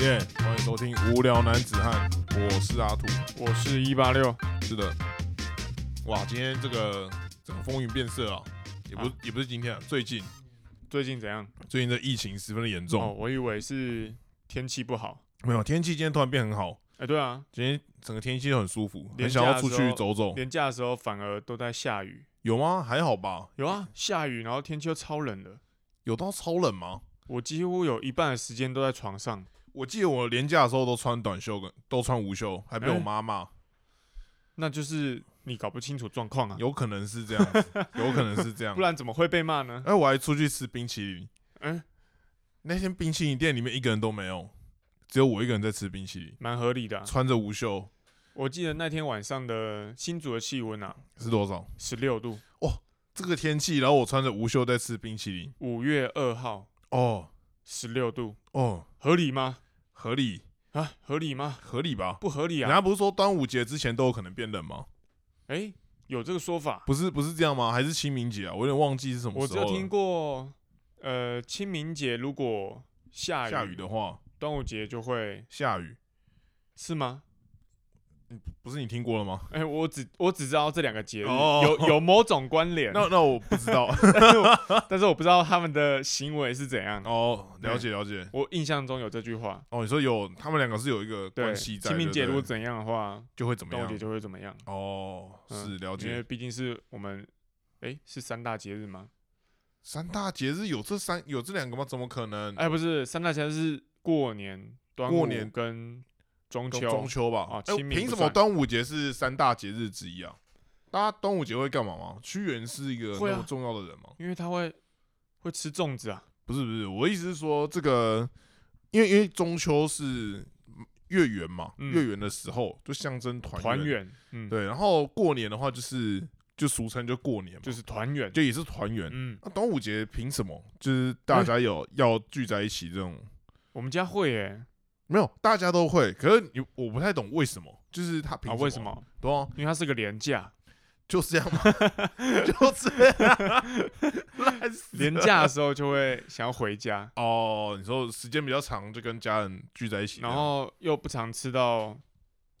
耶欢迎收听《无聊男子汉》，我是阿土。我是一八六，是的，哇，今天这个整个风云变色啊，也不、啊也不是今天啊，最近最近怎样？最近这疫情十分的严重，哦，我以为是天气不好。没有天气今天突然变很好，哎、对啊，今天整个天气都很舒服，很连想假要的出时去候走走。连假的时候反而都在下雨。有吗？还好吧，有啊，下雨，然后天气又超冷的。有到超冷吗？我几乎有一半的时间都在床上。我记得我连假的时候都穿短袖跟都穿无袖，还被我哎妈骂，那就是你搞不清楚状况啊，有可能是这样子，有可能是这样 不。然怎么会被骂呢？哎，我还出去吃冰淇淋，嗯，那天冰淇淋店里面一个人都没有，只有我一个人在吃冰淇淋，蛮合理的、啊。穿着无袖我记得那天晚上的新竹的气温啊，是多少？十六度，这个天气，然后我穿着无袖在吃冰淇淋，五月二号哦十六度，哦，合理吗？合理啊，合理吗？合理吧？不合理人啊！家不是说端午节之前都有可能变冷吗？哎、有这个说法。不是不是这样吗？还是清明节啊？我有点忘记是什么我时只候有了。听过，呃，清明节如果下雨，下雨的话，端午节就会下雨是吗？不是你听过了吗？哎、我只我只知道这两个节日、哦有有某种关联，那那我不知 道但是我不知道他们的行为是怎样。哦，了解了解。我印象中有这句话，哦，你说有他们两个是有一个对，关系在，清明节对如不果对怎样的话，就会怎么端午节样？就会怎么样，哦，嗯是了因为解。毕竟是我们，哎、是三大节日吗？三大节日有这三有这两个吗？怎么可能？哎、不是，三大节日是过年、端嗯过午年跟中秋。中中秋吧哦？哎，清明凭不什么算端午节是三大节日之一啊？大家端午节会干嘛吗？屈原是一个会啊那么重要的人吗？因为他会会吃粽子啊，不是不是，我的意思是说，这个因为因为中秋是月圆嘛，嗯月圆的时候就象征团团圆，嗯，对，然后过年的话就是就俗称就过年嘛，就就是团圆，就也是团圆。嗯，那端午节凭什么？就是大家有要聚在一起这种，我们家会耶、没有大家都会，可是你我不太懂为什么，就是他凭啊，为什？么？对啊，因为它是个廉价， 就是这样 嘛，就这样，啊烂死了廉价的时候就会想要 回家，哦。你说时间比较长，就跟家人聚在一起这样，然后又不常吃到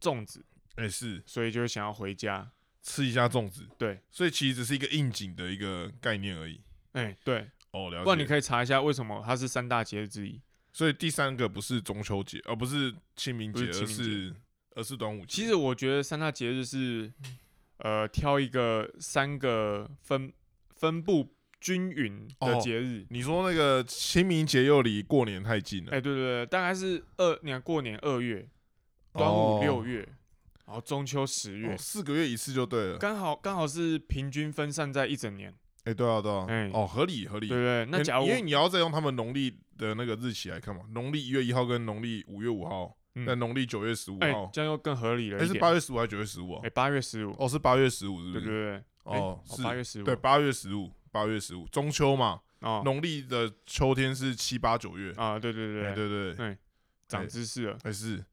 粽子，也哎是所以就会想要回家。吃一下粽子，对，所以其实只是一个应景的一个概念而已。哎、对，哦，了解。不然你可以查一下为什么它是三大节日之一。所以第三个不是中秋节，而、不是清明节，不而是清明是而是端午节。其实我觉得三大节日是，呃，挑一个三个分分布均匀的哦节日。你说那个清明节又离过年太近了，哎、对对对，大概是二，你看过年二月，端午六月、月，然后中秋十月哦，四个月一次就对了。哎、刚好刚好是平均分散在一整年，对啊，对啊，哎哦，合理合理。对不对？那哎假如因为你要再用他们农历的那个日期来看嘛，农历一月一号跟农历五月五号，嗯但农历九月十五哎、号，这样又更合理了哎、一是点。八月十五还是九月十五啊哎？八月十五，哦，是八月十五，是不对是？对对，哎哦，是八月十五，对，八月十五，八月十五，中秋嘛，哦农历的秋天是七八九月，啊，对对哎对对，对对对，哎长知识了。还是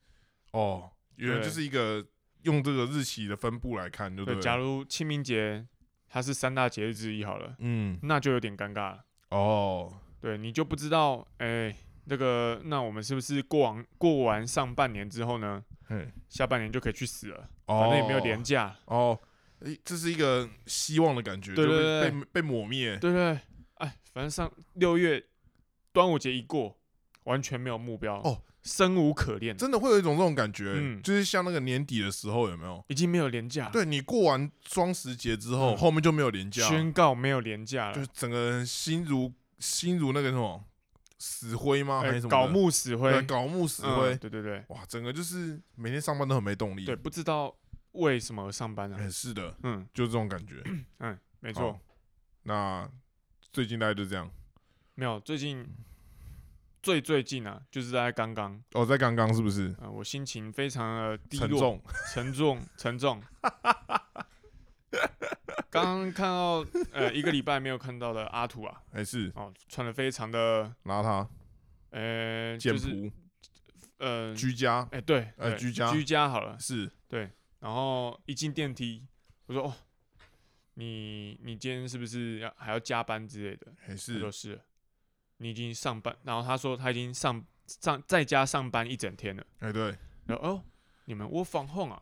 哦，原来就是一个用这个日期的分布来看，就对，了假如清明节它是三大节日之一好了，嗯，那就有点尴尬了。哦，对你就不知道，哎、那个，那我们是不是过完过完上半年之后呢，嘿，下半年就可以去死了？哦反正也没有廉价。哦，哎，这是一个希望的感觉，对就对被对被被抹灭，对对，对哎，反正上六月端午节一过，完全没有目标哦，生无可恋，真的会有一种这种感觉，嗯就是像那个年底的时候，有没有？已经没有廉价，，对你过完双十节之后，嗯后面就没有年假了，宣告没有廉价就了是，整个人心如心如那个什么死灰吗？还哎是什么的？搞木死灰，对，搞木死嗯灰。对对对哇，整个就是每天上班都很没动力。对，不知道为什么而上班哎，啊，是的，嗯就这种感觉。嗯，没没错，。那最近大概就这样。没有，最近最最近啊，就是在刚刚，哦，在刚刚是不是啊，我心情非常的低沉落，重？沉重，沉重。刚刚看到呃一个礼拜没有看到的阿土啊，还哎是哦，穿的非常的拿它呃，简就是朴呃，居家？哎、对，呃对居家居家好了。是然后一进电梯，我说哦，你你今天是不是要还要加班之类的？还他说哎是是，你已经上班。然后他说他已经上上在家上班一整天了，哎，对，然后哦，你们 work from home 啊？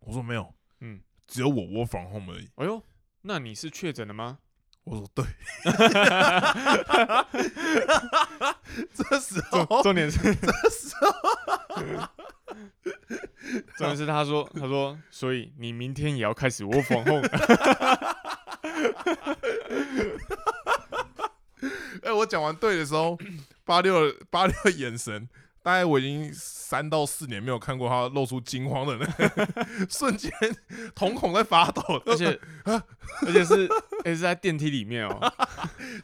我说没有，嗯，只有我 work from home 而已。哎呦，那你是确诊了吗？我说对，这时候重点是， 重点是他说他说，所以你明天也要开始 work from home， 哎、我讲完对的时候，八六的八六的眼神，大概我已经三到四年没有看过他露出惊慌的那个 瞬间，瞳孔在发 抖，而且而且是而且是在电梯里面哦，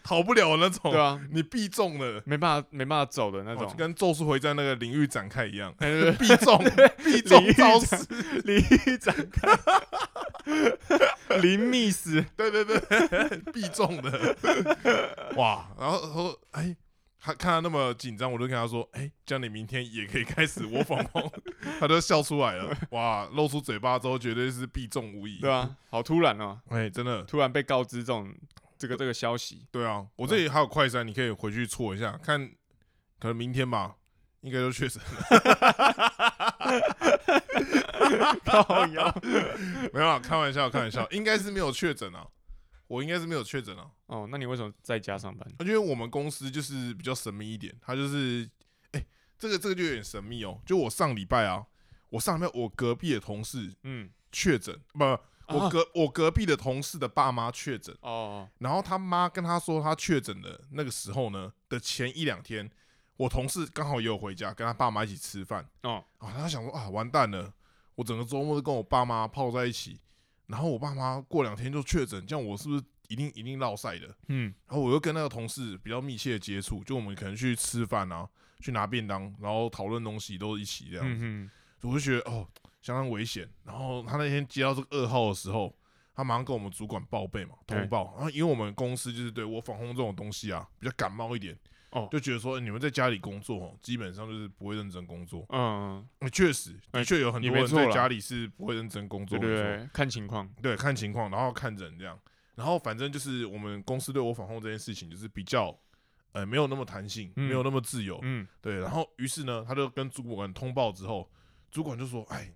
逃不了那种，对啊，你必中了。没办法没办法走的那哦种，就，跟《咒术回战》那个领域展开一样对对必中，必中领域招展式，对，离展开，零 miss，对对对， 必中的，哇！然后说，哎，他看他那么紧张，我就跟他说，哎，这样你明天也可以开始我访问， 他就笑出来了，哇，露出嘴巴之后，绝对是必中无疑，对啊，好突然哦，哎，真的，突然被告知这种这个这个消息，对啊，我这里还有快筛，你可以回去搓一下，看，可能明天吧，应该就确诊 了，靠腰没有啦，开玩笑，开玩笑，应该是没有确诊啊，我应该是没有确诊啊。 哦，那你为什么在家上班？因为我们公司就是比较神秘一点，它就是，哎、这个这个就有点神秘哦。就我上礼拜啊，我上礼拜我隔壁的同事嗯，确诊，不，不我啊隔、我隔壁的同事的爸妈确诊，哦，然后他妈跟他说他确诊的那个时候呢的前一两天，我同事刚好也有回家跟他爸妈一起吃饭，哦，啊，他想说啊，完蛋了，我整个周末都跟我爸妈泡在一起，然后我爸妈过两天就确诊，这样我是不是一定一定落赛的？嗯，然后我又跟那个同事比较密切的接触，就我们可能去吃饭啊，去拿便当，然后讨论东西都一起这样子，嗯我就觉得哦相当危险。然后他那天接到这个噩耗的时候，他马上跟我们主管报备嘛，对通报。然后因为我们公司就是对我防控这种东西啊比较感冒一点，哦就觉得说、欸你们在家里工作哦，基本上就是不会认真工作。嗯，嗯确实，的哎确有很也多没人错在啦家里是不会认真工作，对没对错对，看情况，对，看情况，然后看人这样。然后反正就是我们公司对我防控这件事情，就是比较呃没有那么弹性，嗯没有那么自由。嗯，对，然后于是呢，他就跟主管通报之后，主管就说：“哎，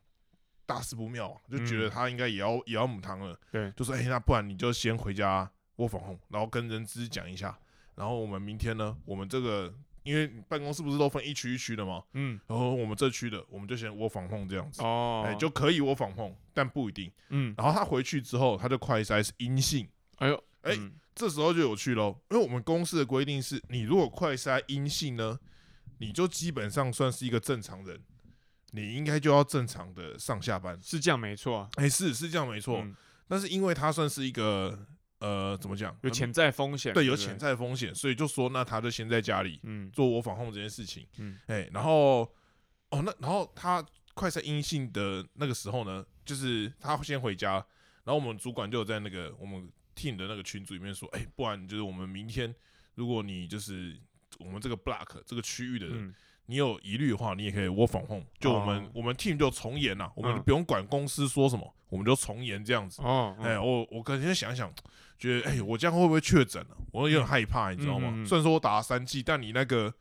大事不妙、啊，就觉得嗯他应该也要、也要母汤了。”对就说：“哎，那不然你就先回家我防控，然后跟人资讲一下，然后我们明天呢，我们这个因为办公室不是都分一区一区的吗？嗯，然后我们这区的我们就先我防控这样子，哦，哎，就可以我防控，但不一定。”嗯，然后他回去之后，他就快筛是阴性，哎呦，哎嗯这时候就有趣喽。因为我们公司的规定是，你如果快筛阴性呢，你就基本上算是一个正常人，你应该就要正常的上下班。是这样没错啊，哎、是是这样没错，嗯但是因为他算是一个呃，怎么讲，有嗯潜在风险，对有不潜，在风险，所以就说那他就先在家里嗯做我防控这件事情。嗯，哎、然后哦，那然后他快筛阴性的那个时候呢，就是他先回家，然后我们主管就有在那个我们 team 的那个群组里面说，哎、不然就是我们明天，如果你就是我们这个 block 这个区域的人，嗯，你有疑虑的话，你也可以 work from home，就我们、哦我们 team 就从严啦，我们嗯不用管公司说什么，我们就从严这样子。哦，哎、嗯我我可能想想，觉得哎、我这样会不会确诊啊？我有点害怕，你知道吗？嗯嗯嗯虽然说我打了三剂，但你那个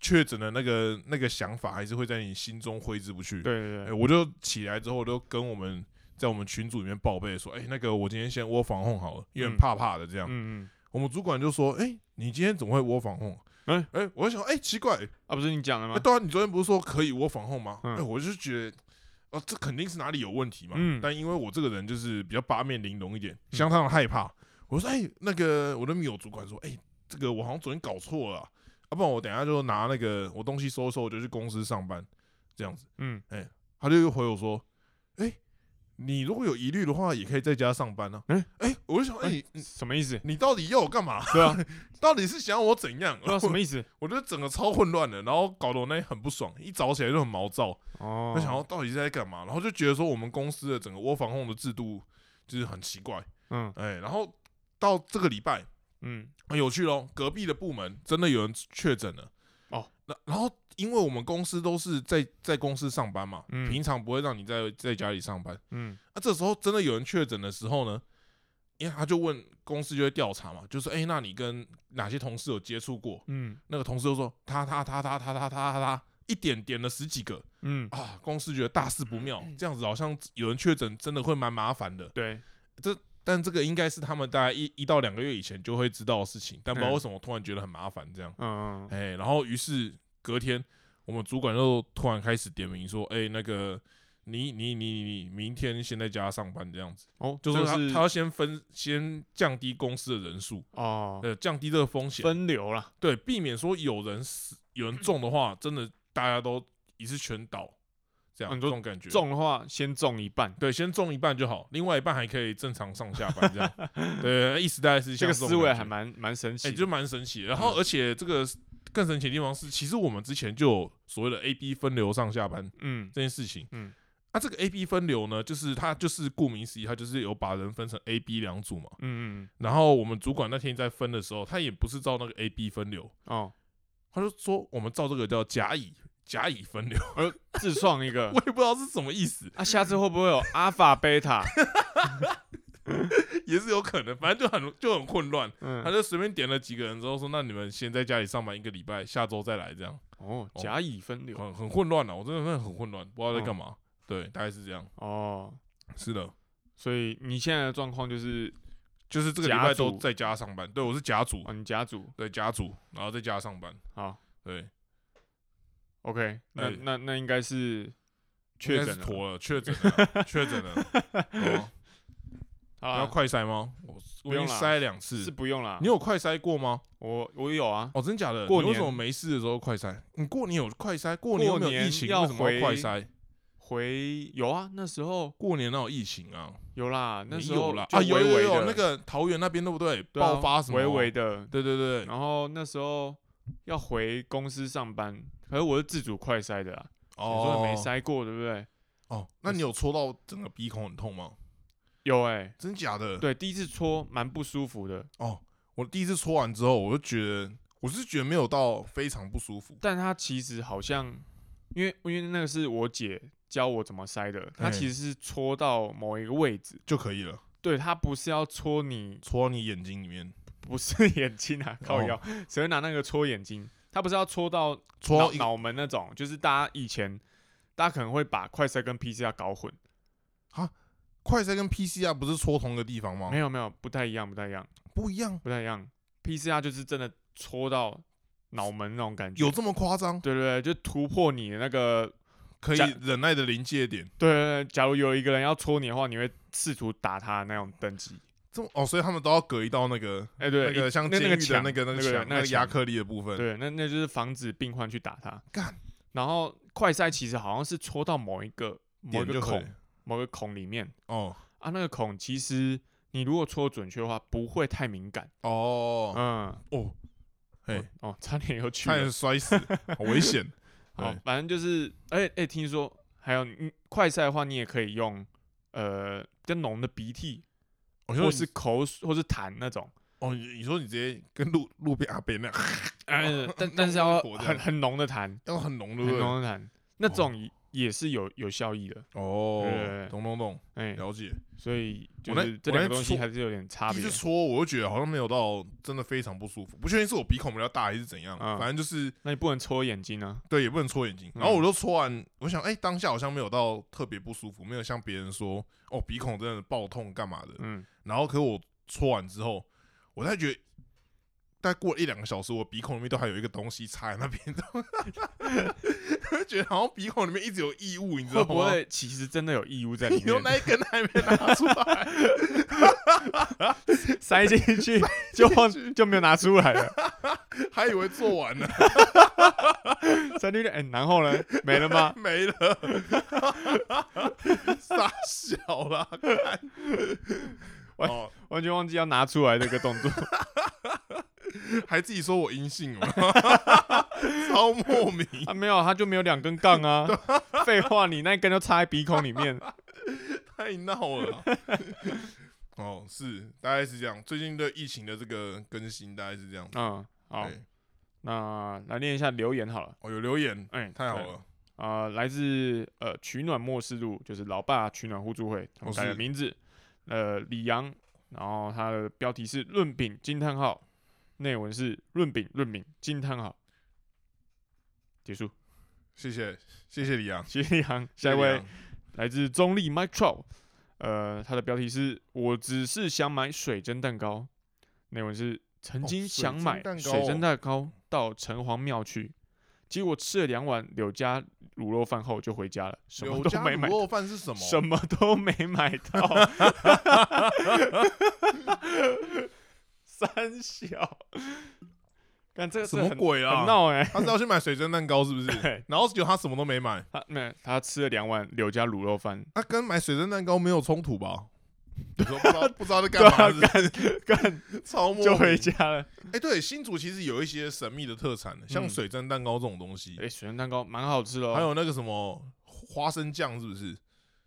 确诊的那个那个想法还是会在你心中挥之不去。对对哎、对，我就起来之后，我就跟我们在我们群组里面报备说，哎、那个我今天先窝防控好了，有点嗯怕怕的这样。嗯嗯，我们主管就说，哎、你今天怎么会窝防控？哎哎哎、我就想，哎、奇怪，啊，不是你讲的哎、吗？对啊，你昨天不是说可以窝防控吗？哎、嗯我就觉得，哦、这肯定是哪里有问题嘛。嗯但因为我这个人就是比较八面玲珑一点，相当的害怕。我说，哎、那个我的米友主管说，哎、这个我好像昨天搞错了啊、要、不然我等一下就拿那个我东西收一收，我就去公司上班，这样子。嗯，他就又回我说，哎、你如果有疑虑的话，也可以在家上班啊。哎、嗯哎、我就想，哎、哎你什么意思？你到底要我干嘛？对啊， 到底是想要 我怎样？对啊，什么意思？ 我觉得整个超混乱的，然后搞得我那天很不爽，一早起来就很毛躁。哦，他想要到底是在干嘛，然后就觉得说我们公司的整个窝防控的制度就是很奇怪，嗯哎，然后到这个礼拜嗯，很有趣咯，隔壁的部门真的有人确诊了，哦，那然后因为我们公司都是在在公司上班嘛，嗯平常不会让你在在家里上班，啊嗯，那、这时候真的有人确诊的时候呢，因为他就问公司就会调查嘛，就说哎、那你跟哪些同事有接触过？嗯那个同事就说他他他他他他他他他一点点了十几个嗯，啊，公司觉得大事不妙，这样子好像有人确诊真的会蛮麻烦的。对，但这个应该是他们大概一一到两个月以前就会知道的事情，但不知道嗯为什么我突然觉得很麻烦这样。嗯嗯哎、然后于是隔天，我们主管又突然开始点名说：“哎、那个你你你你明天先在家上班这样子。”哦，就是这个他是他要先分先降低公司的人数，哦呃，降低这个风险，分流啦，对，避免说有人死有人中的话，真的大家都一次全倒，这样、哦你这说种感觉。中的话先中一半，对，先中一半就好，另外一半还可以正常上下班这样。对，意思大概是这像个种思维感还觉蛮蛮神哎、奇的，嗯就蛮神奇的。然后，而且这个更神奇的地方是，其实我们之前就有所谓的 A B 分流上下班嗯这件事情。嗯，那、这个 A B 分流呢，就是它就是顾名思义，它就是有把人分成 A、B 两组嘛。嗯嗯然后我们主管那天在分的时候，他也不是照那个 A、B 分流，哦，他就说我们照这个叫甲乙甲乙分流， 呃，自创一个我也不知道是什么意思，啊，下次会不会有阿法贝塔？也是有可能，反正就很就很混乱。 他嗯，就随便点了几个人之后说，那你们先在家里上班一个礼拜，下周再来这样。哦，甲乙分流很很混乱啊了，我真的是很混乱，不知道在嗯干嘛。对，大概是这样。哦，是的，所以你现在的状况就是就是这个礼甲拜组都在家上班。对，我是甲组，哦，你甲组对甲组，然后在家上班。好对， ，OK，那哎那那应该是确应该诊是了，妥了，确诊 了，确诊了。 哦好要啦，快筛吗？我我已用经啦筛了两是次。不用啦你，有快筛过吗？我我有啊，哦，真假的？过你为什年么没事的时候快筛？你过年有快筛？过年有没过有年疫情？要为什么要快回筛？回有啊，那时候过年哪有疫情啊？有啦，那没时有候啦就啊，有微有微有的那个桃园那边对不对？对啊爆发什么？哦微微的，对对对，然后那时候要回公司上班，可是我是自主快筛的啊，你哦，说没筛过对不对？哦，那就你有戳到整个鼻孔很痛吗？有哎、真假的？，对，第一次戳蛮不舒服的，哦，我第一次戳完之后，我就觉得我是觉得没有到非常不舒服。但它其实好像，因为因为那个是我姐教我怎么塞的，它嗯其实是戳到某一个位置，就可以了，对，它不是要戳你，戳到你眼睛里面，不是 眼睛啊，哦靠腰，谁会拿那个戳眼睛？它不是要戳到戳脑到一个脑门那种，就是大家以前大家可能会把快塞跟 PCR 搞混，快筛跟 PCR 不是戳同一个地方吗没？有没有，不太一样，不太一样，不一样，不太一样。PCR 就是真的戳到脑门那种感觉，有这么夸张？对对对，就突破你的那个，可以假忍耐的临界点，对对对，假如有一个人要戳你的话，你会试图打他的那种等级。这么哦，所以他们都要隔一道那个哎、对，那个一像那监那狱个的墙那个那个对墙那个墙亚克力的部分，对，那那就是防止病患去打他。干然后快塞其实好像是戳到某一个某一点个就可以孔某个孔里面哦啊，那个孔其实你如果戳准确的话，不会太敏感。哦嗯，哦，嘿，哦哦，差点又去差了点。摔 死，好危险。好对，反正就是，哎、哎、听说还有你快塞的话，你也可以用呃跟浓的鼻涕，我或说是口水，或是痰 那种，哦，你你说你直接跟路路边阿伯那样， 哎呃，但浓但是浓的要口这很样很浓的痰，要很浓，对哦很不对？浓啊的痰，那种也也是有有效益的，哦对对对，懂懂懂，哎、了解。所以就我那是这我那两个东西戳还是有点差第一别次，戳，我就觉得好像没有到真的非常不舒服，不确定是我鼻孔比较大还是怎样，嗯反正就是那你不能戳眼睛啊，对，也不能戳眼睛。嗯然后我就戳完，我想，哎，当下好像没有到特别不舒服，没有像别人说哦鼻孔真的爆痛干嘛的。嗯，然后可我戳完之后，我才觉得。大概过了一两个小时，我鼻孔里面都还有一个东西插在那 边，就觉得好像鼻孔里面一直有异物，你知道会吗？不会其实真的有异 物在里你用面，那一根还没拿出来，塞进去就就没有拿出来了， 还以为做完了，塞进去，哎、然后呢，没了吗？没了， 傻小啦！干喂哦，完全忘记要拿出来这个动 作，还自己说我阴性哦， 超莫名。啊，没有，他就没有两根杠啊。废话，你那根就插在鼻孔里面。太闹了。 哦，是，大概是这样。最近对疫情的这个更新大概是这样。嗯，好，对，那来念一下留言好了。哦，有留言，哎、太好了。对。啊、来自呃取暖末世录，就是老爸取暖互助会，他们哦改了是名字。呃，李阳然后它的标题是“论饼”惊叹号，内文是“论饼论饼惊叹号”，结束。谢谢谢谢李阳，谢谢杨，谢下一谢李位阳来自中立 Mike Trout，呃，他的标题是“我只是想买水蒸蛋糕”，内文是“曾哦经水想蒸买蛋糕水蒸哦蛋糕到城隍庙去，结果吃了两碗柳家卤肉饭后就回家了，什么柳都家没卤买，肉饭是什么？什么都没买 到，三小，看这个什这么很鬼很啊？闹哎、他是要去买水蒸蛋糕 是不是？对然后结果他什么都没买，他没他吃了两碗柳家卤肉饭，他跟买水蒸蛋糕没有冲突吧？你说不 知道不知道在干对嘛啊是不是，干干超莫名 就回家了。哎、对，新竹其实有一些神秘的特产的，像嗯水蒸蛋糕这种东西，哎、水蒸蛋糕蛮好吃的哦，还有那个什么花生酱，是不是？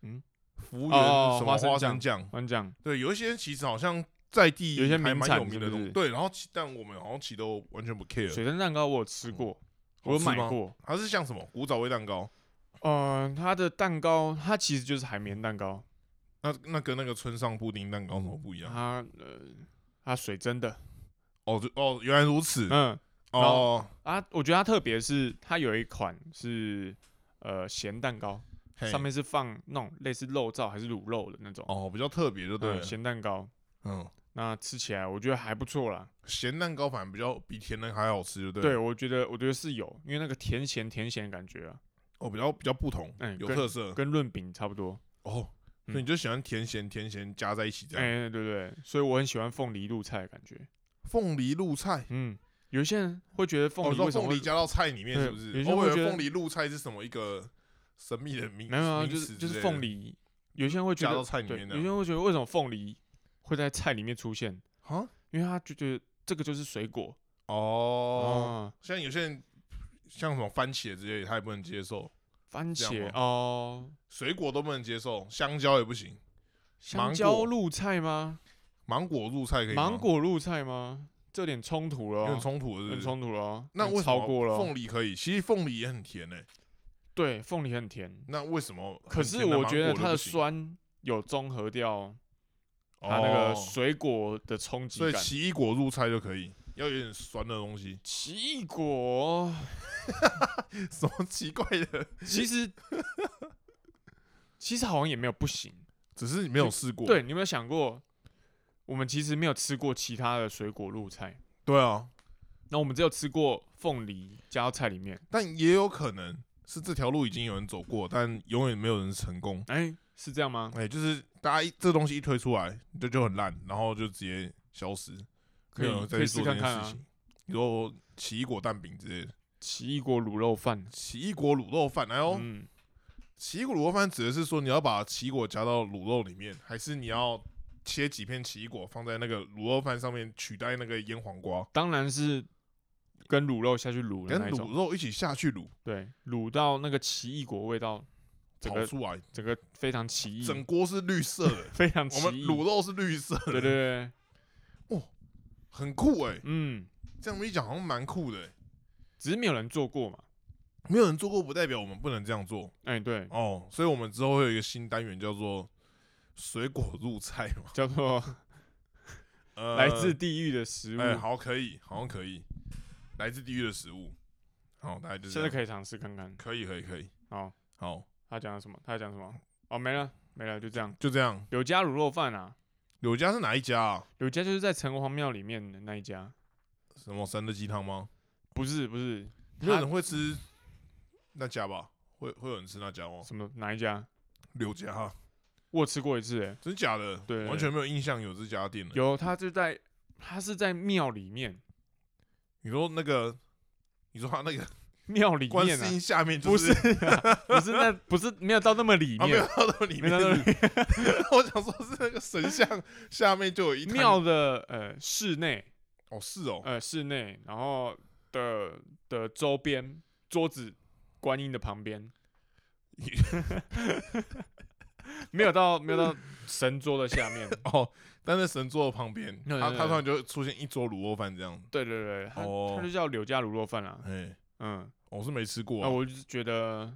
嗯嗯，服务员哦什么花花生生酱，我跟你讲，对，有一些其实好像在地有一些还名蛮产有名的是不东西，是对，然后其但我们好像其实都完全不 care，水蒸蛋糕我有吃过，我好有吃买吗过。它是像什么古早味蛋糕，嗯、它的蛋糕它其实就是海绵蛋糕，那那跟那个村上布丁蛋糕什么不一样？它呃它水蒸的，哦，就哦，原来如此，嗯然哦，啊，我觉得它特别是它有一款是呃咸蛋糕，嘿上面是放那种类似肉燥还是卤肉的那种，哦比较特别，就对嗯，了，咸蛋糕，嗯，那吃起来我觉得还不错啦。咸蛋糕反而比较比甜的还好吃，就对了，对，我觉得我觉得是有，因为那个甜咸甜咸的感觉啊，哦，比较比较不同嗯，有跟特色，跟嗯润饼差不多。哦，所以你就喜欢甜咸甜咸加在一起这样。哎、对对对，所以我很喜欢凤梨露菜的感觉。凤梨露菜，嗯，有一些人会觉得凤哦，梨说为什么凤会、梨加到菜里面是不是对有？些哦我会以觉为得凤梨露菜是什么一个神秘的名，没有没有，名就词是之就是类的凤梨，有些人会觉加到得菜里对，面的有些人会觉得为什么凤梨会在菜里面出现？啊？因为他就觉得这个就是水果哦，啊像有些人像什么番茄之类的，他也不能接受，番这样茄吗哦、水果都不能接受，香蕉也不行，香芒蕉果露菜吗？芒果入菜可以吗，芒果露菜吗？这有点冲突了有哦、点冲突，是不很是？冲突了哦、那有为什超过么了哦、凤梨可以？其实凤梨也很甜诶，对凤梨很甜，那为什么可很甜是的芒我果就不行？觉得它的酸有综合掉它那哦个水果的冲击所感以。奇异果入菜就可以，要有点酸的东西。 奇异果，什么奇怪的？其实其实好像也没有不行。只是你没有试过。对，你有没有想过，我们其实没有吃过其他的水果露菜，对啊，那我们只有吃过凤梨加到菜里面。但也有可能是这条路已经有人走过，但永远没有人成功。哎、是这样吗？哎、就是大家一这东西一推出来，就就很烂，然后就直接消失，可以没有人再可以去试做这看看件啊事情。你说奇异果蛋饼之类的，奇异果卤肉饭。奇异果卤肉饭，然后、嗯，奇异果卤肉饭指的是说你要把奇异果加到卤肉里面，还是你要切几片奇异果放在那个卤肉饭上面取代那个腌黄瓜，当然是跟卤肉下去卤的跟嗯那一卤种，肉一起下去卤，对，卤到那个奇异果味道，整炒个出来，整个非常奇异，啊整锅是绿色 的。非常奇我们异。卤肉是绿色的，对对对，很酷哎、嗯，这样一讲好像蛮酷的、欸，只是没有人做过嘛。没有人做过不代表我们不能这样做哎、对，哦，所以我们之后会有一个新单元叫做“水果入菜”嘛，叫 做呃，来自地狱的食物，哎、好可以，好像可以，来自地狱的食物，好，大概就是现这样，在可以尝试看看。可以，可以，可以，好，好，他讲了什么？他讲什么？哦，没了，没了，就这样。就这样。柳家卤肉饭啊，柳家是哪一家啊？柳家就是在城隍庙里面的那一家，什么神的鸡汤吗？不是不是，没有他人会吃那家吧？会会有人吃那家吗？什么哪一家？柳家啊，我有吃过一次、哎，真假的？对完全没有印象有这家店的。有，他就在，他是在庙里面，你说那个，你说他那个庙里观面世啊音，下面不、就是啊、不是那不是没有到那 么里啊，没面，有到那里没面有到那是， 我想说是那个神像下面就有一摊庙的呃室内，哦，是哦，呃室内，然后的的周边桌子，观音的旁边， 没有到没有到神桌的下面。哦，但是神座旁边，对他对他对突然就出现一桌卤肉饭这样，对对对，它哦它就叫柳家卤肉饭啦。哎，嗯，我是没吃过那啊，我就是觉得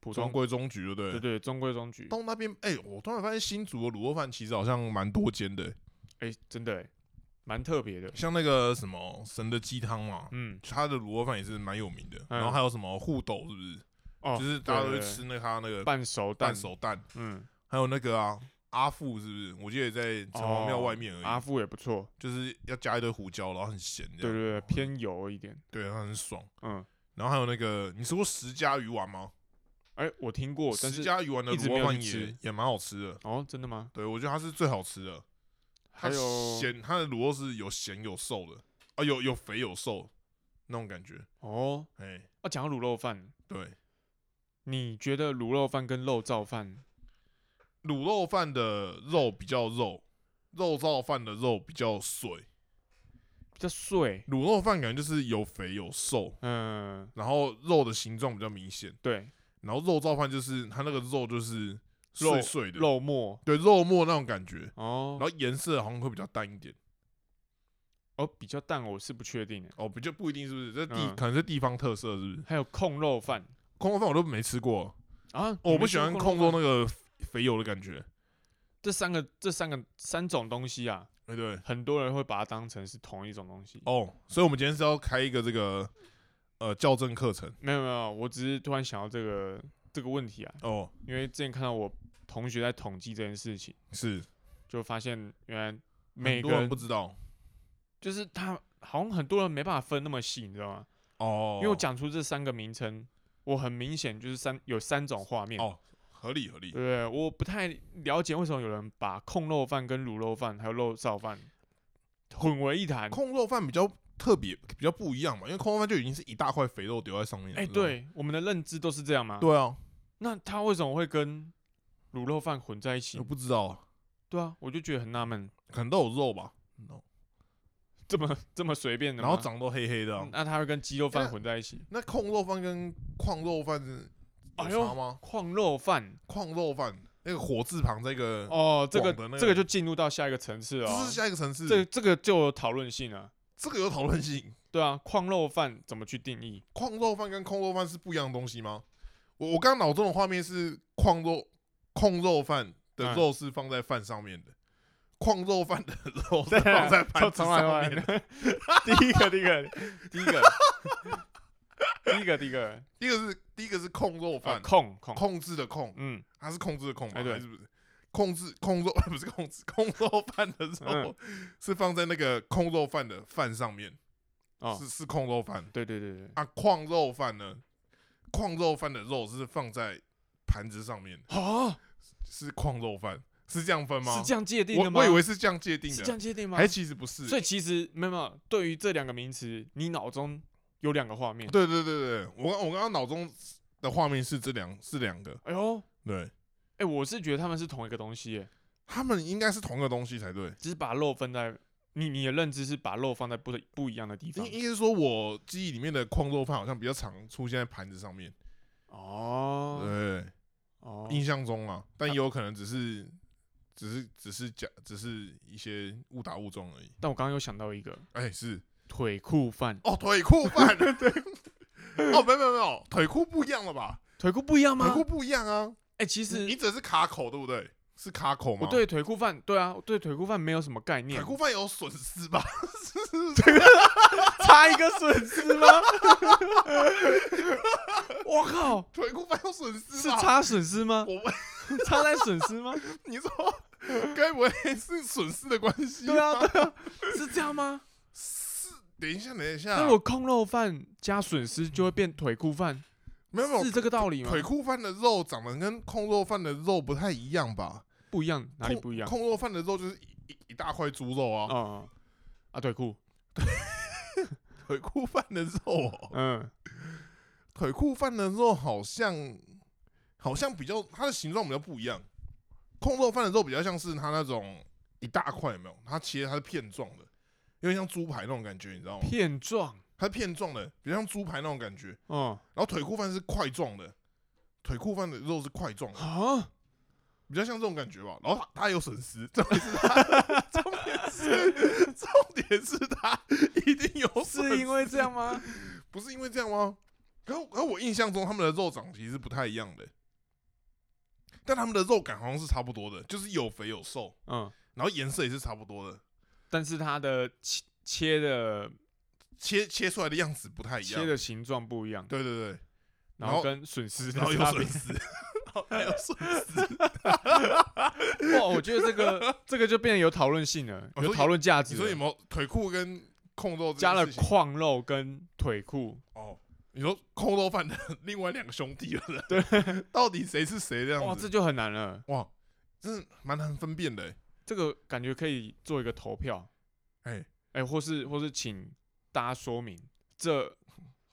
普中通，规中矩，对不对对？对，中规中矩。东那边，哎，我突然发现新竹的卤肉饭其实好像蛮多间的，哎、真的哎、蛮特别的。像那个什么神的鸡汤嘛，嗯，他的卤肉饭也是蛮有名的。嗯然后还有什么护豆，是不是？哦，就是大家都对会对对吃那个他那个半熟蛋蛋，手蛋，嗯，还有那个啊阿富，是不是？我记得也在城隍庙哦外面而已，阿富也不错，就是要加一堆胡椒，然后很咸这对样，对对，偏油一点。对，它很爽。嗯，然后还有那个，你吃过十家鱼丸吗？哎、我听过，但十是家鱼丸的一直卤肉没有饭去也吃也蛮好吃的，哦，真的吗？对我觉得它是最好吃的。它还有咸，它的卤肉是有咸有瘦的，啊，有有肥有瘦那种感觉。哦，哎、啊，讲到卤肉饭，对，你觉得卤肉饭跟肉燥饭卤肉饭的肉比较肉，肉燥饭的肉比较碎。比较碎？卤肉饭感觉就是有肥有瘦，嗯，然后肉的形状比较明显，对，然后肉燥饭就是它那个肉就是碎碎的，肉末对肉末那种感觉，然哦后颜色好像会比较淡一点。哦，比较淡，我是不确定的。哦，不就不一定是不是？这地、嗯可能是地方特色，是不是？还有控肉饭空肉饭我都没吃过，啊，哦你我没不吃喜过欢控空肉肉饭那个肥油的感觉。这三个这三个三种东西啊，哎，对，很多人会把它当成是同一种东西。哦，所以我们今天是要开一个这个呃校正课程没有没有，我只是突然想到这个这个问题啊，哦，因为之前看到我同学在统计这件事情，是就发现原来很每个多人人不知道就是他好像很多人没办法分那么细，你知道吗？哦，因为我讲出这三个名称，我很明显就是三有三种画面。哦合理合理对不对，我不太了解为什么有人把控肉饭跟卤肉饭还有肉燥饭混为一谈。空肉饭比较特别，比较不一样嘛，因为空肉饭就已经是一大块肥肉丢在上面了。哎、是吧，对，我们的认知都是这样吗？对啊，那他为什么会跟卤肉饭混在一起我？不知道，对啊，我就觉得很纳闷，可能都有肉吧，嗯这么这么随便的然吗，后长哎都黑黑的啊嗯、。那他会跟鸡肉那饭混在一起？那空肉饭跟矿肉饭是有哎呦差吗？矿肉饭矿肉饭那个火字旁这个，哦，这个嗯广的那个这个就进入到下一个层次了、这哦是，下一个层次，这这个就有讨论性了。这个有讨论性。对啊，矿肉饭怎么去定义？矿肉饭跟空肉饭是不一样的东西吗？我我刚刚脑中的画面是矿肉控肉饭的嗯肉是放在饭上面的，矿肉饭的肉是放在就盘子啊从来上玩面的。 第一个，第一个，第一个，第一个，第一个，第一个是第一个是控肉啊饭，控控，控制的控，嗯，它是控制的控吧？哎对还是不是？控制控肉 不是控制控肉饭的嗯肉是放在那个控肉饭的饭上面，哦，是是控肉饭对对对对，啊。矿肉饭呢？矿肉饭的肉是放在盘子上面的。哦，是矿肉饭，啊是这样分吗？是这样界定的我吗？我以为是这样界定是这的，样界定吗？还其实不是。所以其实没有没有，对于这两个名词，你脑中有两个画面。对对对对，我刚我刚刚脑中的画面是这两是两个，哎呦，对哎、我是觉得他们是同一个东西耶，他们应该是同一个东西才对。只是把肉分在你你的认知是把肉放在不不一样的地应方。应该是说，我记忆里面的矿肉饭好像比较常出现在盘子上面，哦对，哦，印象中啊，但也有可能只是只是只是假，只是一些误打误撞而已。但我刚刚又想到一个哎，是腿裤饭，哦，腿裤饭， 对，哦，没有没有没有，腿裤不一样了吧？腿裤不一样腿吗裤？不一样啊，哎、其你实指的是卡口对不对？是卡口吗？我对腿裤饭，对啊，我对腿裤饭没有什么概念腿，裤饭有损失吧？ 差一个损失 吗？我靠，腿裤饭有损失是吧？差损失吗？我问 差在损 失吗？你说，该不会是损失的关系？对啊，对啊，是这样吗？是。等一下，等一下那，我控肉饭加损失就会变腿裤饭，没有没是有，这个道理吗？腿裤饭的肉长得跟控肉饭的肉不太一样吧？不一样，哪里控不一样？控肉饭的肉就是一一一大块猪肉啊，哦，啊，腿裤， 腿裤饭的肉哦，嗯，腿裤饭的肉好像好像比较它的形状比较不一样，控肉饭的肉比较像是它那种一大块，有没有？它切它是片状的，有点像猪排那种感觉，你知道吗？片状，它是片状的，比较像猪排那种感觉。哦，然后腿裤饭是块状的，腿裤饭的肉是块状的，啊，比较像这种感觉吧。然后它它有损失，重点是它， 重点是重点是它一定有损是失因为这样 吗？不是因为这样吗？可可我印象中他们的肉长其实不太一样的、但他们的肉感好像是差不多的，就是有肥有瘦，嗯，然后颜色也是差不多的，但是它的切切的切切出来的样子不太一样切。的形状不一样，对对对，然然后后跟损失的然后有差损别。 哦失，然后还有损失。哇，我觉得这个这个就变得有讨论性了， 哦所以有讨论价值你了。说有没有腿裤跟控肉这件加了事情矿肉跟腿裤？哦？你说控肉犯的 另外两个兄弟了，对， 到底谁是谁这哇，样这子？就很难了。哇，真的蛮难分辨的欸。这个感觉可以做一个投票，哎，哎、或是或是请大家说明这。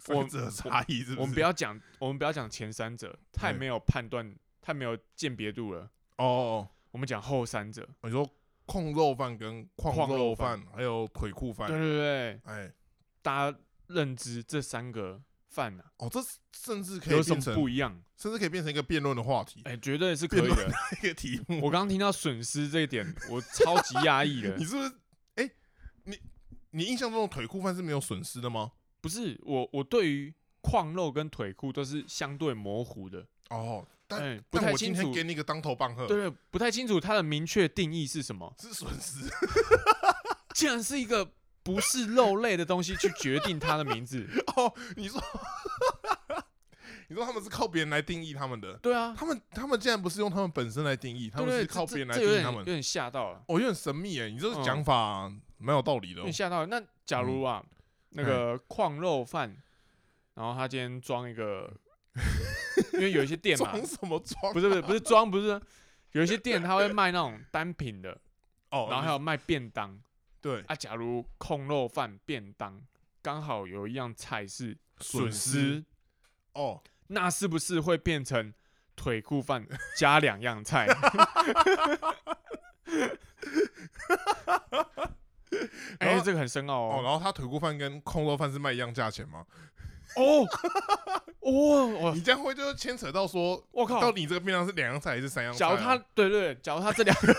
我我这差异是是哦我们不要讲，我们不要讲前三者，太嗯没有判断，太没有鉴别度了。哦哦，我们讲后三者，哦你说控肉犯跟矿矿肉肉犯，还有腿裤对犯，对对，哎，大家认知这三个犯啊，哦，这甚至可以有什变么成，不一样？甚至可以变成一个辩论的话题， 哎、绝对是可以辩的。一个题目。我刚刚听到损失这一点，我超级压抑的 你。是不是？哎，你你印象中的腿裤犯是没有损失的吗？不是我，我对于矿肉跟腿裤都是相对模糊的，哦，哎、但不但太我今清楚天。给你一个当头棒喝，对对，不太清楚它的明确定义是什么。是损失。 竟然是一个不是肉类的东西去决定它的名字。 哦，你说，你说他们是靠别人来定义他们的，对啊，他们他们竟然不是用他们本身来定义，他对们对是这靠别人来这定有义点他们有。点吓到了，哦，有点神秘耶，你这个嗯讲法蛮有道理的有哦点。吓到了。那假如啊，嗯那哎个矿肉饭，然后他今天装一个， 因为有一些店嘛，装什么装？不是不是不是装，不是有一些店他会卖那种单品的，哦，然后还有卖便当对啊。假如控肉饭便当刚好有一样菜是损损失失，哦，那是不是会变成腿 裤饭加两样菜？哎、然后这个很深奥哦，哦。然后他腿骨饭跟空肉饭是卖一样价钱吗？哦哦，我 你这样会就牵扯到说，我到靠！底你这个便当是两样菜还是三样菜假啊？如他对对，对假如他这两个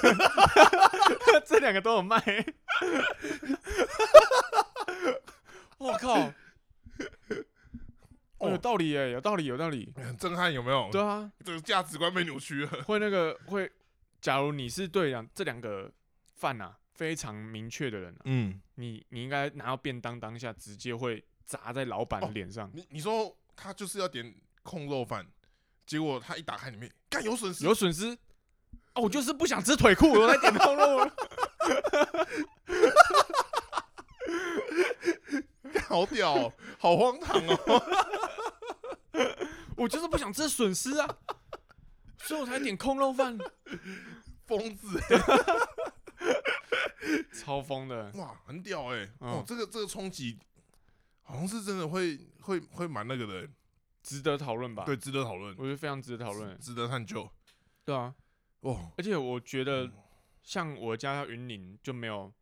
这两个 都有卖，我靠！哦，有哦，道理耶，有道理，有道理。很震撼有没有？对啊，这个价值观被扭曲了。 会那个会，假如你是对两这两个饭啊非常明确的人、啊，嗯，你你应该拿到便当当下直接会砸在老板的脸上，你你说他就是要点控肉饭，结果他一打开里面，干有损失，有损失。啊，我就是不想吃腿裤，我在点 控肉了。干好屌哦、好荒唐哦！ 我就是不想吃损失啊，所以我才点控肉饭，疯子，欸超疯的。哇，很屌哎、嗯哦，这个这个冲击好像是真的会会会蛮那个的欸、值得讨论吧？对，，值得讨论我，觉得非常值得讨论。值得探究。对啊，哦，而且我觉得嗯像我家云林就没有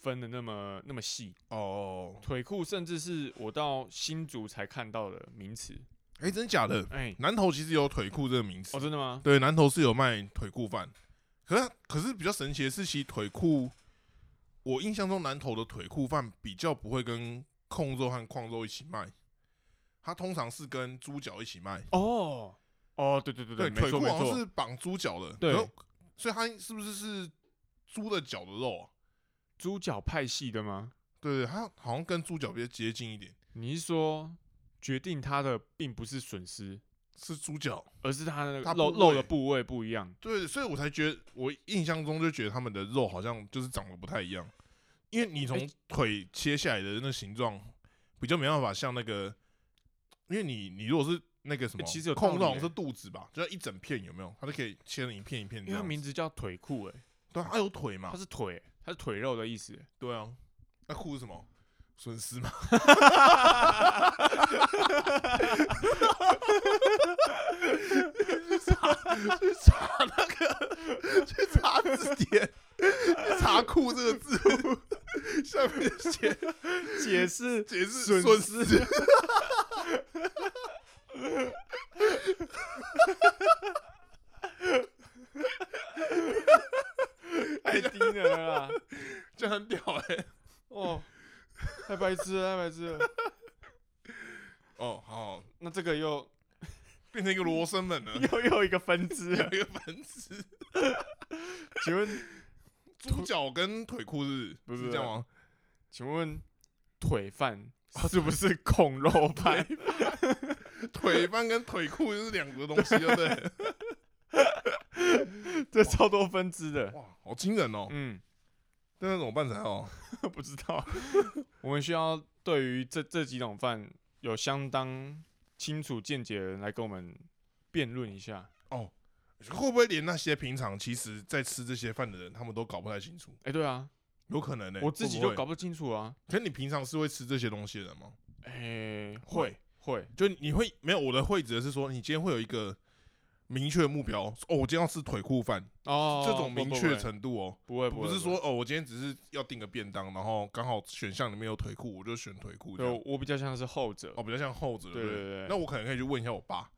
分的那么那么细，哦，腿裤甚至是我到新竹才看到的名词。哎、真假的？哎、南投其实有腿裤这个名词哦，，真的吗？对，南投是有卖腿裤饭，可是可是比较神奇的是，其实腿裤，我印象中南投的腿裤饭比较不会跟控肉和矿肉一起卖，它通常是跟猪脚一起卖。哦，哦，对对对对，没腿错裤没好像错是，绑猪脚的，对可是，所以它是不是是猪的脚的肉、啊？猪脚派系的吗？对，它好像跟猪脚比较接近一点，你是说决定它的并不是损失，是猪脚。而是它的它肉部位肉的部位不一样？对，所以我才觉得，我印象中就觉得他们的肉好像就是长得不太一样，因为你从哎腿切下来的那形状比较没办法像那个，因为你你如果是那个什么，哎其实有道控理肉好像哎是肚子吧，就要一整片有没有？它就可以切成一片一片这因为它样子。名字叫腿裤，哎，对啊，它有腿它嘛？是腿，它是腿肉的意思。哎对啊，那裤是什么？损失嘛？去查去查那个，去查字典，去查“裤”这个字，下面写解释解释损损失。 太低能了啦！这很屌哎、哦，太白痴了，太白痴了。哦，好，那这个 又变成一个罗生门了 ，又又一个分支了。有一个分支。请问猪脚跟腿裤是不是是这样吗？请问腿饭是哦不是控肉饭？腿饭跟腿裤就是两个东西，对不对？这超多分支的。哇，好惊人哦！嗯，但那怎么办才好？不知道， 我们需要对于这这几种饭有相当清楚见解的人来跟我们辩论一下。哦，会不会连那些平常其实在吃这些饭的人，他们都搞不太清楚？哎、对啊，有可能呢、欸我自己就搞会不会。不清楚啊。可是你平常是会吃这些东西的人吗？哎、会，会，就你会没有我的会指的是说，你今天会有一个明确的目标，说哦，我今天要吃腿裤饭，哦，这种不明确，不程度哦，不会，不会是会说哦，我今天只是要订个便当，然后刚好选项里面有腿裤，我就选腿裤这对样。我比较像是后者。哦，比较像后者，对不对对对那我可能可以去问一下我爸，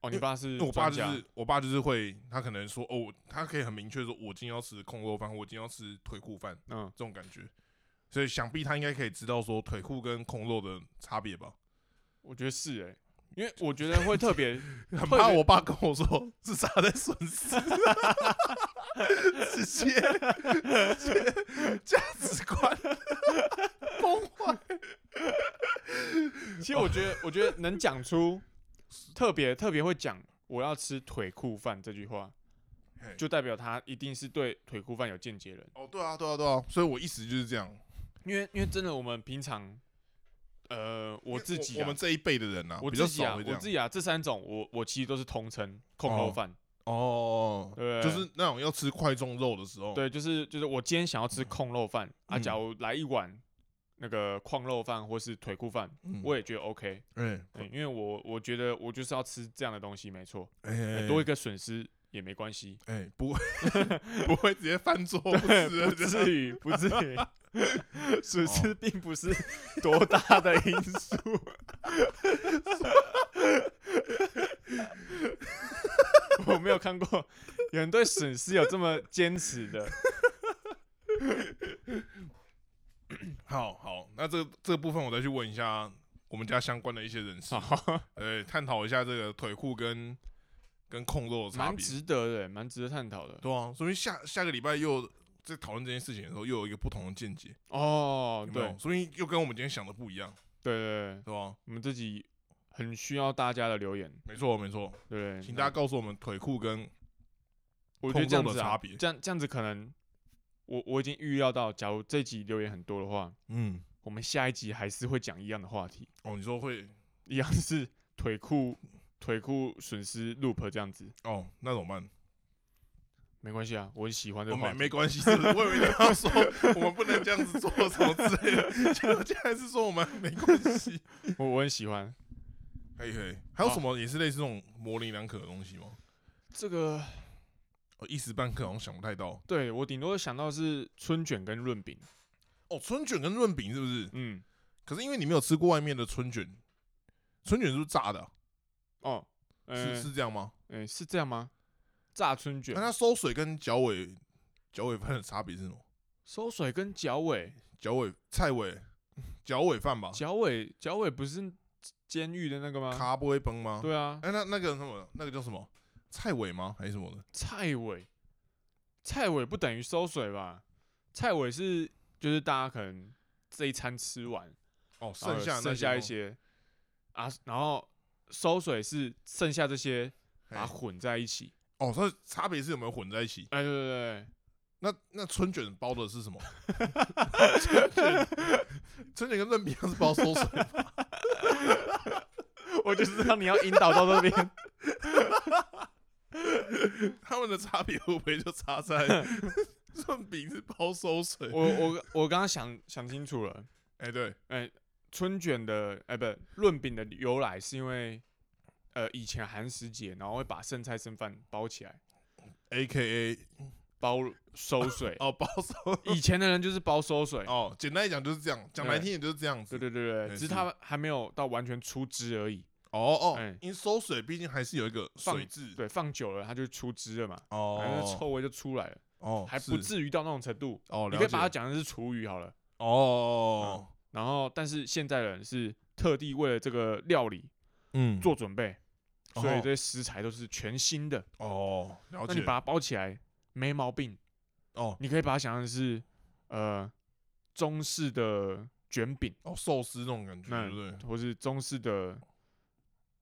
哦，你爸是因为我爸专就家是我爸就是会，他可能说哦，他可以很明确说，我今天要吃控肉饭，我今天要吃腿裤饭嗯，这种感觉，所以想必他应该可以知道说腿裤跟控肉的差别吧。我觉得是哎、因为我觉得会 特别很特别怕我爸跟我说是啥在损失， 直接直接价值观崩坏。其实我觉得，我觉得能 讲出特别特别会讲我要吃腿裤饭这句话，嘿就代表他一定是对腿裤饭有见解的人。哦，对啊，对啊，对啊，所以我一直就是这样。因为因为真的我们平常，呃，我自己、我啊、们这一辈的人啊，我比较自己少啊，会这我样自。己啊，这三种我我其实都是通称控肉哦饭，哦，对不就对是那种要吃块重肉的时候，，对，就是就是我今天想要吃控肉饭、啊，嗯假如来一碗那个矿肉饭或是腿裤饭，嗯我也觉得 OK，、哎对，因为我我觉得我就是要吃这样的东西，没错，哎多一个损失也没关系。哎，不会 不会直接翻桌不吃了，不就是至于，不至于， 损哦失并不是多大的因素。 我没有看过有人对损失有这么坚持 的。好好，那这这个部分我再去问一下我们家相关的一些人士，好，呃，探讨一下这个腿裤跟跟控肉的差蛮别。值得的，蛮值得探讨的。对啊，说明下下个礼拜又在讨论这件事情的时候，又有一个不同的见解，哦有，没对有？说明又跟我们今天想的不一样，对对对，对吧？我们自己很需要大家的留言，没错，没错，对不对？请大家告诉我们腿裤跟我觉得这样控肉子的差啊别，这样这样子可能，我我已经预料到，假如这集留言很多的话，嗯，我们下一集还是会讲一样的话题，哦，你说会一样是 腿裤腿裤损失 loop 这样子，哦，那怎么办？没关系啊，我很喜欢这哦个话没题。没关系，是不是我以为你要说我们不能这样子做什么之类的， 结果竟然是说我们没关 系。我我很喜欢可以可以，还有什么也是类似这种模棱两可的东西吗？这个，哦，一时半刻好像想不太到。对我顶多想到是春卷跟润饼，哦，春卷跟润饼是不是？嗯，可是因为你没有吃过外面的春卷，春卷是不是炸的啊、哦，呃、是是这样吗？呃是这样吗？炸春卷那，它收水跟脚尾脚尾饭的差别是什么？收水跟脚尾，脚尾菜尾脚尾饭吧，脚尾脚尾不是监狱的那个吗？咖不会崩吗？对啊，哎、那那个什么，那个叫什么菜尾吗？还是什么的？菜尾，菜尾不等于收水吧？菜尾是就是大家可能这一餐吃完，哦，然后剩下呃剩下一些啊，然后收水是剩下这些把它啊，混在一起。哦，所以差别是有没有混在一起？哎，对对那那春卷包的是什 么？ 春卷春卷跟润饼一样是包收水的，对，我就知道你要引导到这 边。 他们的差别会不会就差 在润饼是包收水？我我我刚刚想想清楚了，哎、对，春卷的哎不润饼的由来是因为呃以前寒食节，然后会把剩菜剩饭包起来， A K A 包收水。哦，包收以前的人就是包收水，哦，简单一讲就是这样，讲难听点就是这样对子。对对对，哎只是是它还没有到完全出汁而已。哦哦，哎因为收水毕竟还是有一个水质，对，放久了它就出汁了嘛，哦，然后臭味就出来了，哦，还不是至于到那种程度。哦，你可以了解把它讲的是厨余好了。哦，然后，但是现在的人是特地为了这个料理嗯，做准备，所以哦这些食材都是全新的。哦，了那解你把它包起来没毛病，哦你可以把它想象是呃中式的卷饼，哦，寿司那种感觉，对那不对？或是中式的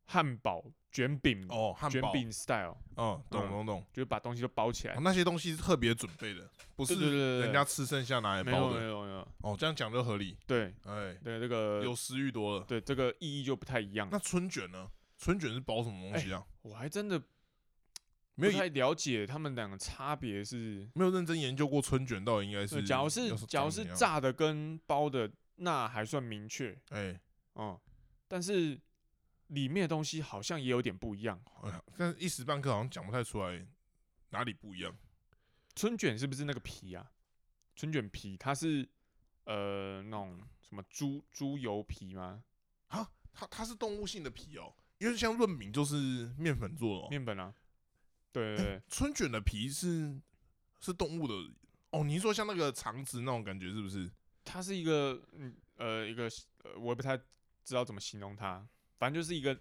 汉堡卷饼、哦，汉卷堡，饼 style，嗯，懂嗯懂懂。就是把东西都包起来哦。那些东西是特别准备的，不对对对是对人家吃剩下拿来没有包没的。有没有，哦，这样讲就合理。对哎，对这个有食欲多了。呃对这个意义就不太一样。那春卷呢？春卷是包什么东西啊？我还真的没有哎研不太了解他们两个差别是，没有认真研究过春卷到底应该对是。假如是要假如长怎是样，炸的跟包的，那还算明确，哎，嗯，但是里面的东西好像也有点不一样。哎呀但是一时半刻好像讲不太出来哪里不一样。春卷是不是那个皮啊？春卷皮它是呃那种什么猪猪油皮吗？哈，它它是动物性的皮哦，因为像润饼就是面粉做的哦。面粉啊？对对对，春卷的皮是是动物的哦，你是说像那个肠子那种感觉是不是？它是一个嗯呃一个呃我也不太知道怎么形容它，反正就是一个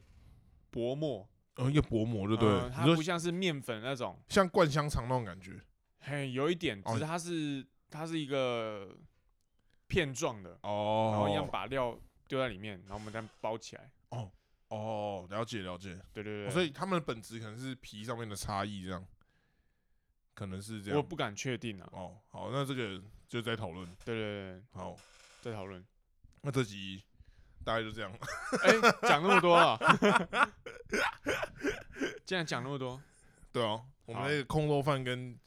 薄膜，呃，一个薄膜就对了。嗯你它说不像是面粉那种，像灌香肠那种感觉。嘿，有一点，哦只是它是它是一个片状的，哦然后一样把料丢在里面，然后我们再包起来。哦，了解了解、对对哦对，所以他们的本质可能是皮上面的差异，这样，可能是这我样。不敢确定啊。哦，好，那这个就在讨论。对对对，好，再讨论。那这集大概就这样。 哎，讲那么多 啊，竟然讲那么多，对啊，我们好那个空肉饭跟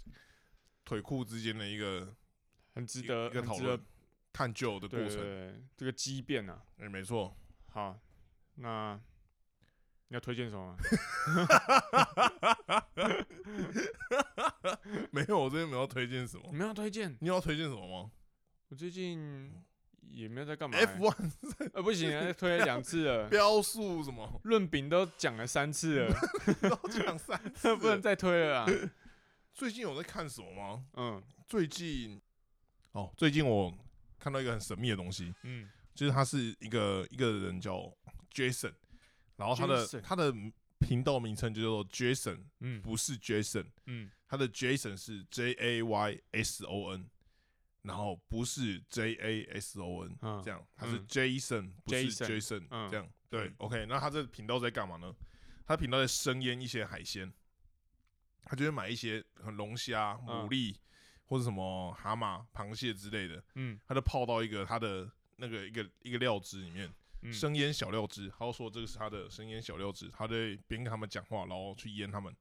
腿裤之间的一个很值一得，一个很讨值得论。探究的过对对程。对对，这个畸变啊。哎、没错。 好，那你要推荐 什么吗？没有，我这边没有推荐什我么。没有推荐，你要推荐什么吗我最近也没有在干嘛欸。 ？F one 呃，不行啊，推了两次 了。标速什么？ 论饼都讲了三次了，都讲三 次不能了。再推 了啊。最近有在看什么吗？嗯最近哦，最近我看到一个很神秘的东西，嗯，就是他是一个一个人叫 Jason，然后他的 Jason 他的频道名称就叫做 Jason，嗯不是 Jason，嗯，他的 Jason 是 J A Y S O N，然后不是 J A S O N，、嗯这样他是嗯 Jason，、不是 Jason， Jason，、嗯这样对、嗯 o k 那他这频道在干嘛呢？他频道在生腌一些海鲜，他就会买一些很龙虾、嗯牡蛎、或者什么蛤蟆、螃蟹之类的，嗯他就泡到一个他的那个一个一个料汁里面，嗯生腌小料汁，他就说这个是他的生腌小料汁，他在边跟他们讲话，然后去腌他们，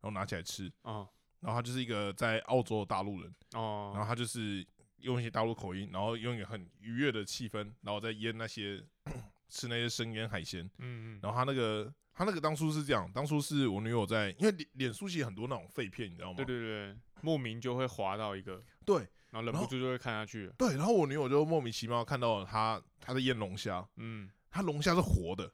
然后拿起来吃。哦然后他就是一个在澳洲的大陆人，然后哦，他就是用一些大陆口音，然后用一个很愉悦的气氛，然后再腌那些 吃那些生腌海鲜。嗯嗯然后他那个他那个当初是这样，当初是我女友在，因为脸脸书其实很多那种废片，你知道吗？对对对，莫名就会滑到一个，对然后忍然不后住就会看下去了。对然后我女友就莫名其妙看到了他他在腌龙虾，嗯他龙虾是活的，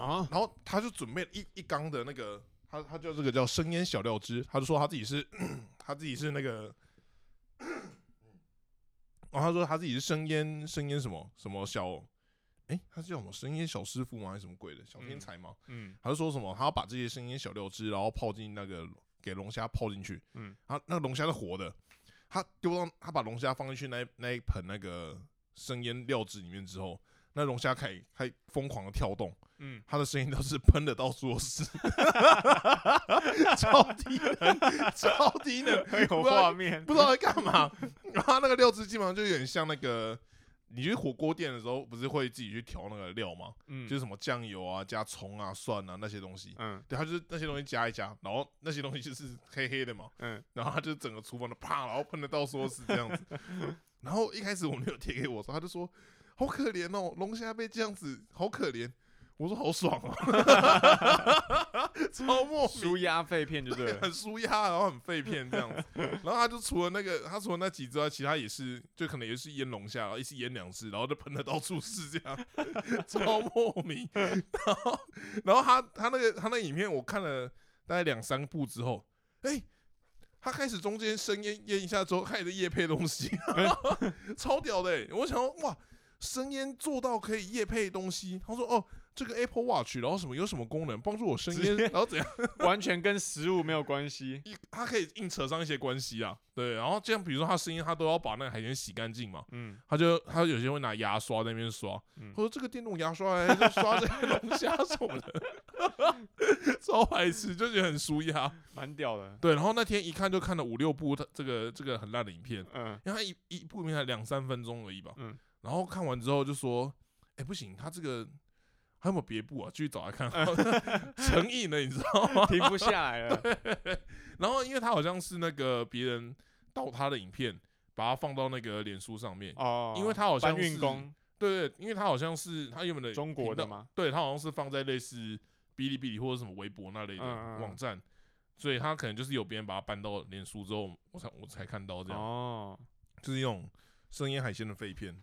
啊，然后他就准备了一一缸的那个，他他叫这个叫生腌小料汁，他就说他自己是， 他自己是那个， 然后他说他自己是生腌生腌什么什么小，诶，他是叫什么生腌小师傅吗？还是什么鬼的小天才吗？嗯他就说什么他要把这些生腌小料汁，然后泡进那个给龙虾泡进去，嗯他那个龙虾是活的，他丢到他把龙虾放进去那一那一盆那个生腌料汁里面之后，那龙虾开开疯狂的跳动。 嗯，他的声音都是喷的到处都是， 超低能，超低能，很有画面。不知道在干嘛。然后他那个料汁基本上就有点像那个，你去火锅店的时候不是会自己去调那个料吗？嗯，就是是什么酱油啊、加葱啊、蒜啊那些东西。嗯对，他就是那些东西加一加，然后那些东西就是黑黑的嘛，嗯然后他就整个厨房的啪，然后喷的到处都是这样子。 然后一开始我女友贴给我说，他就说好可怜哦，龙虾被这样子，好可怜。我说好爽哦， 超莫名舒压肺片就对 了。很舒压，然后很废片这样子。然后他就除了那个，他除了那几只之外，其他也是就可能也是腌龙虾，然后一次腌两只，然后就喷的到处是这样， 超莫名。然后，然后他他那个他那影片我看了大概两三部之后，哎、他开始中间生腌腌一下之后，开始夜配东西， 超屌的、欸。我想说哇，生腌做到可以夜配东西，他说哦。这个 Apple Watch，然后什么有什么功能帮助我升直烟，接然后怎样，完全跟食物没有 关系。一它可以硬扯上一些关系啊。对，然后这样比如说它声音，它都要把那个海鲜洗干净嘛，嗯，他就他有些会拿牙刷在那边刷，嗯他说这个电动牙刷哎、就刷这个龙虾什么的， 超白痴，就觉得很舒压。蛮屌 的。对，然后那天一看就看了五六部他这个这个很烂的影片，嗯，因为他一一部影片才两三分钟而已吧。嗯然后看完之后就说，哎、不行，他这个还有没有别部啊？继续找来看，成瘾了，你 知道吗？停不下 来了。然后因为他好像是那个别人盗他的影片，把它放到那个脸书上面。哦，因为他好像搬运是工，对对，因为他好像是他原本的中国频的道吗？对他好像是放在类似哔哩哔哩或者什么微博那类的嗯嗯嗯网站，所以他可能就是有别人把它搬到脸书之后，我才我才看到这样，哦，就是那种生腌海鲜的废片，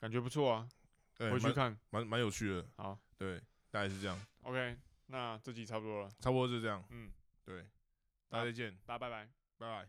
感觉不错啊，对回去蛮看。蛮蛮有趣的，好对，大概是这样， ，OK，那这集差不多了。差不多就这样，嗯，对，大家再见，大家拜拜。拜拜。